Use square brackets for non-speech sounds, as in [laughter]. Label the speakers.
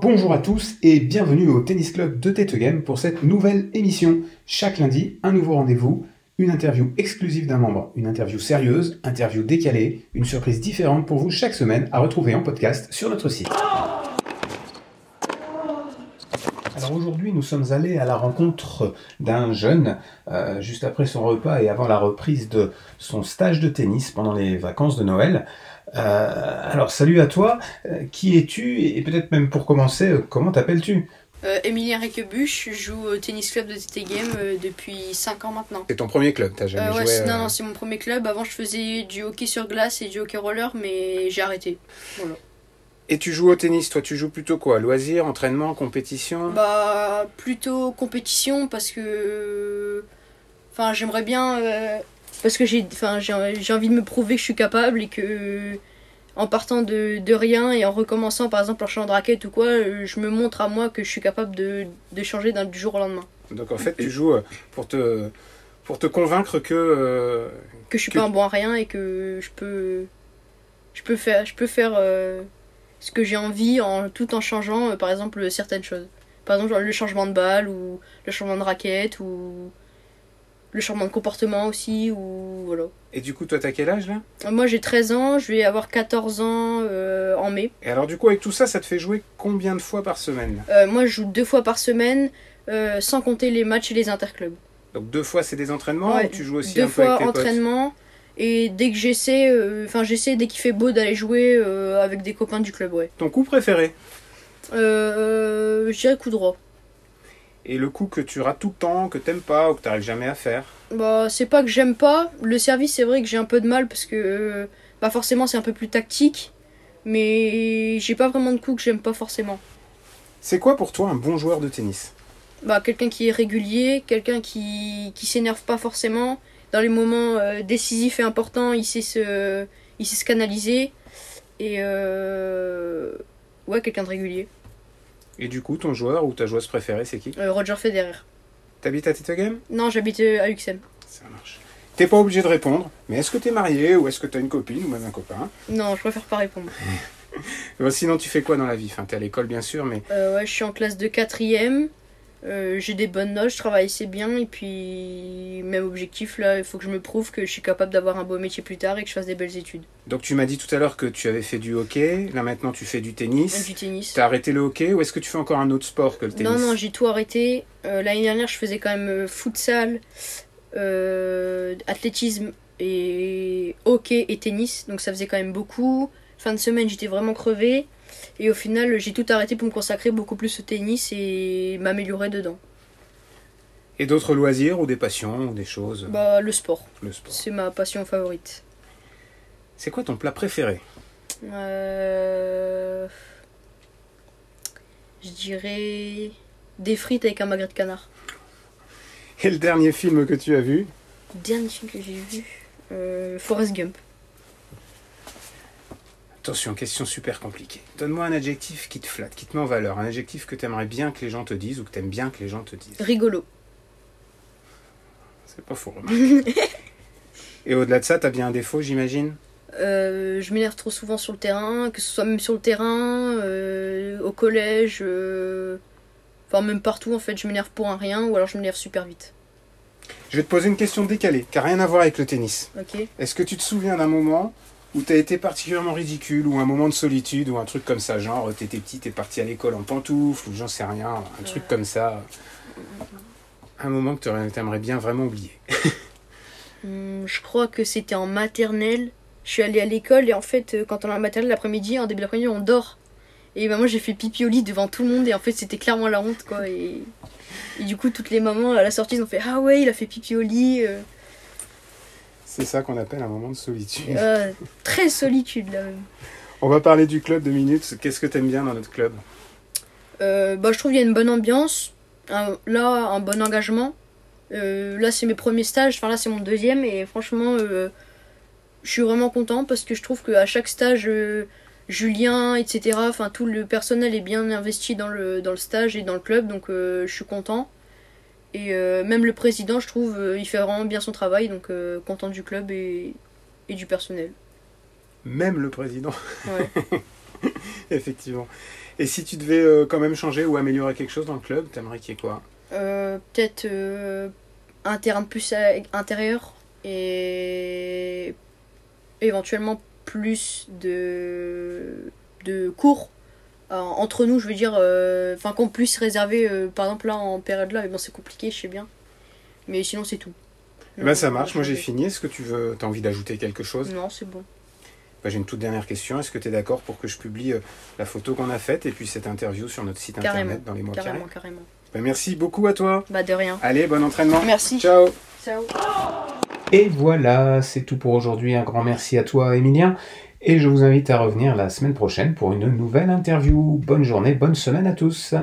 Speaker 1: Bonjour à tous et bienvenue au Tennis Club de Tête Game pour cette nouvelle émission. Chaque lundi, un nouveau rendez-vous, une interview exclusive d'un membre, une interview sérieuse, interview décalée, une surprise différente pour vous chaque semaine à retrouver en podcast sur notre site. Alors aujourd'hui, nous sommes allés à la rencontre d'un jeune euh, juste après son repas et avant la reprise de son stage de tennis pendant les vacances de Noël. Euh, alors salut à toi, Euh, qui es-tu et peut-être même pour commencer, euh, comment t'appelles-tu
Speaker 2: Euh, Emilien Requebuche, je joue au tennis club de TT Game euh, depuis 5 ans maintenant.
Speaker 3: C'est ton premier club, t'as jamais
Speaker 2: Euh, ouais,
Speaker 3: joué.
Speaker 2: c'est-
Speaker 3: euh,
Speaker 2: non, non, c'est mon premier club. Avant, je faisais du hockey sur glace et du hockey roller, mais j'ai arrêté.
Speaker 3: Et tu joues au tennis, toi tu joues plutôt quoi Loisirs, entraînement, compétition
Speaker 2: Bah, plutôt compétition parce que. Enfin, j'aimerais bien. euh, Parce que j'ai enfin, j'ai j'ai envie de me prouver que je suis capable et que. En partant de, de rien et en recommençant, par exemple, en changeant de raquette ou quoi, euh, je me montre à moi que je suis capable de, de changer d'un- du jour au lendemain.
Speaker 3: Donc en fait tu joues euh, pour te, pour te convaincre que... euh,
Speaker 2: que je suis
Speaker 3: Que-
Speaker 2: pas un bon à rien et que je peux je peux faire je peux faire euh, ce que j'ai envie en tout en changeant euh, par exemple certaines choses par exemple genre, le changement de balle ou le changement de raquette ou le changement de comportement aussi ou voilà
Speaker 3: Et du coup toi t'as quel âge là
Speaker 2: Euh, moi j'ai 13 ans je vais avoir 14 ans euh, en mai
Speaker 3: Et alors du coup avec tout ça, ça te fait jouer combien de fois par semaine
Speaker 2: Euh, moi je joue deux fois par semaine euh, sans compter les matchs et les interclubs
Speaker 3: Donc deux fois c'est des entraînements
Speaker 2: Ouais,
Speaker 3: ou tu joues aussi
Speaker 2: deux
Speaker 3: un peu avec
Speaker 2: fois
Speaker 3: tes potes
Speaker 2: entraînement et dès que j'essaie euh, enfin j'essaie dès qu'il fait beau d'aller jouer euh, avec des copains du club ouais
Speaker 3: Ton coup préféré
Speaker 2: Euh, je dirais coup droit.
Speaker 3: Et le coup que tu rates tout le temps, que t'aimes pas ou que t'arrives jamais à faire
Speaker 2: Bah, c'est pas que j'aime pas. Le service, c'est vrai que j'ai un peu de mal parce que, euh, bah, forcément, c'est un peu plus tactique. Mais j'ai pas vraiment de coups que j'aime pas forcément.
Speaker 3: C'est quoi pour toi un bon joueur de tennis
Speaker 2: Bah, quelqu'un qui est régulier, quelqu'un qui, qui s'énerve pas forcément. Dans les moments euh, décisifs et importants, il sait se, il sait se canaliser. Et euh, ouais, quelqu'un de régulier.
Speaker 3: Et du coup ton joueur ou ta joueuse préférée c'est qui
Speaker 2: Euh, Roger Federer.
Speaker 3: T'habites à Tito Game
Speaker 2: Non, j'habite euh, à UXM.
Speaker 3: Ça marche. T'es pas obligé de répondre, mais est-ce que t'es marié ou est-ce que t'as une copine ou même un copain
Speaker 2: Non, je préfère pas répondre.
Speaker 3: Euh, Sinon, tu fais quoi dans la vie Enfin, t'es à l'école bien sûr, mais
Speaker 2: Euh, ouais, je suis en classe de quatrième. Euh, j'ai des bonnes notes, je travaille assez bien et puis même objectif là, il faut que je me prouve que je suis capable d'avoir un beau métier plus tard et que je fasse des belles études.
Speaker 3: donc tu m'as dit tout à l'heure que tu avais fait du hockey. Là maintenant, tu fais du
Speaker 2: Même
Speaker 3: tennis.
Speaker 2: du tennis.
Speaker 3: T'as arrêté le hockey ou est-ce que tu fais encore un autre sport que le tennis
Speaker 2: Non non, j'ai tout arrêté. Euh, L'année dernière, je faisais quand même euh, futsal, euh, athlétisme et hockey et tennis, donc ça faisait quand même beaucoup. Fin de semaine, j'étais vraiment crevée et au final, j'ai tout arrêté pour me consacrer beaucoup plus au tennis et m'améliorer dedans.
Speaker 3: Et d'autres loisirs ou des passions ou des choses
Speaker 2: Bah le sport,
Speaker 3: Le sport.
Speaker 2: c'est ma passion favorite.
Speaker 3: C'est quoi ton plat préféré [laughs]
Speaker 2: Euh, Je dirais des frites avec un magret de canard.
Speaker 3: Et le dernier film que tu as vu
Speaker 2: Dernier film que j'ai vu, euh, Forrest Gump.
Speaker 3: Attention, question super compliquée. Donne-moi un adjectif qui te flatte, qui te met en valeur, un adjectif que t'aimerais bien que les gens te disent ou que t'aimes bien que les gens
Speaker 2: [laughs]
Speaker 3: te disent.
Speaker 2: Rigolo.
Speaker 3: C'est pas faux,
Speaker 2: [laughs]
Speaker 3: remarque. Et au-delà de ça, t'as bien un défaut, j'imagine
Speaker 2: Euh, je m'énerve trop souvent sur le terrain, que ce soit même sur le terrain, euh, au collège, euh, enfin même partout en fait, je m'énerve pour un rien ou alors je m'énerve super vite.
Speaker 3: Je vais te poser une question décalée, qui n'a rien à voir avec le tennis.
Speaker 2: Ok
Speaker 3: Est-ce que tu te souviens d'un moment où t'as été particulièrement ridicule, ou un moment de solitude, ou un truc comme ça, genre t'étais petit, t'es parti à l'école en pantoufles, ou j'en sais rien, un truc comme ça Un moment que t'aurais- t'aimerais bien vraiment oublier.
Speaker 2: Hum, Je crois que c'était en maternelle. Je suis allée à l'école et en fait, euh, quand on est en maternelle l'après-midi, en début d'après-midi, on dort. Et bah, moi, j'ai fait pipi au lit devant tout le monde et en fait, c'était clairement la honte quoi. Et, et du coup, toutes les mamans à la sortie, ils ont fait Ah ouais, il a fait pipi au lit. euh.
Speaker 3: C'est ça qu'on appelle un moment de solitude.
Speaker 2: Ah, très solitude là même.
Speaker 3: On va parler du club de minutes. Qu'est-ce que t'aimes bien dans notre club
Speaker 2: Euh, bah, je trouve qu'il y a une bonne ambiance. Un- là, un bon engagement. Euh, là, c'est mes premiers stages. Enfin, là, c'est mon deuxième. Et franchement, euh, je suis vraiment content parce que je trouve qu'à chaque stage, euh, Julien, etc., enfin, tout le personnel est bien investi dans le, dans le stage et dans le club. Donc, euh, je suis content. Et euh, même le président, je trouve, euh, il fait vraiment bien son travail. Donc, euh, content du club et, et du personnel.
Speaker 3: même le président,
Speaker 2: Ouais.
Speaker 3: [laughs] effectivement. Et si tu devais euh, quand même changer ou améliorer quelque chose dans le club, t'aimerais qu'il y ait quoi
Speaker 2: Euh, Peut-être euh, un terrain de plus à- intérieur et éventuellement plus de, de cours euh, entre nous, je veux dire, euh, enfin qu'on puisse réserver, euh, par exemple là en période là, eh ben, c'est compliqué, je sais bien. Mais sinon c'est tout.
Speaker 3: Eh
Speaker 2: Non,
Speaker 3: ben ça
Speaker 2: on peut
Speaker 3: marche, moi j'ai
Speaker 2: changer.
Speaker 3: fini. Est-ce que tu veux, t'as envie d'ajouter quelque chose
Speaker 2: Non, c'est bon.
Speaker 3: Bah, J'ai une toute dernière question. Est-ce que tu es d'accord pour que je publie euh, la photo qu'on a faite et puis cette interview sur notre site
Speaker 2: Carrément,
Speaker 3: internet dans les mois qui
Speaker 2: Carrément,
Speaker 3: arrivent
Speaker 2: carrément.
Speaker 3: Bah, Merci beaucoup à toi.
Speaker 2: Bah de rien.
Speaker 3: Allez, bon entraînement.
Speaker 2: Merci.
Speaker 3: Ciao.
Speaker 2: Ciao.
Speaker 1: Et voilà, c'est tout pour aujourd'hui. Un grand merci à toi, Emilien. Et je vous invite à revenir la semaine prochaine pour une nouvelle interview. Bonne journée, bonne semaine à tous.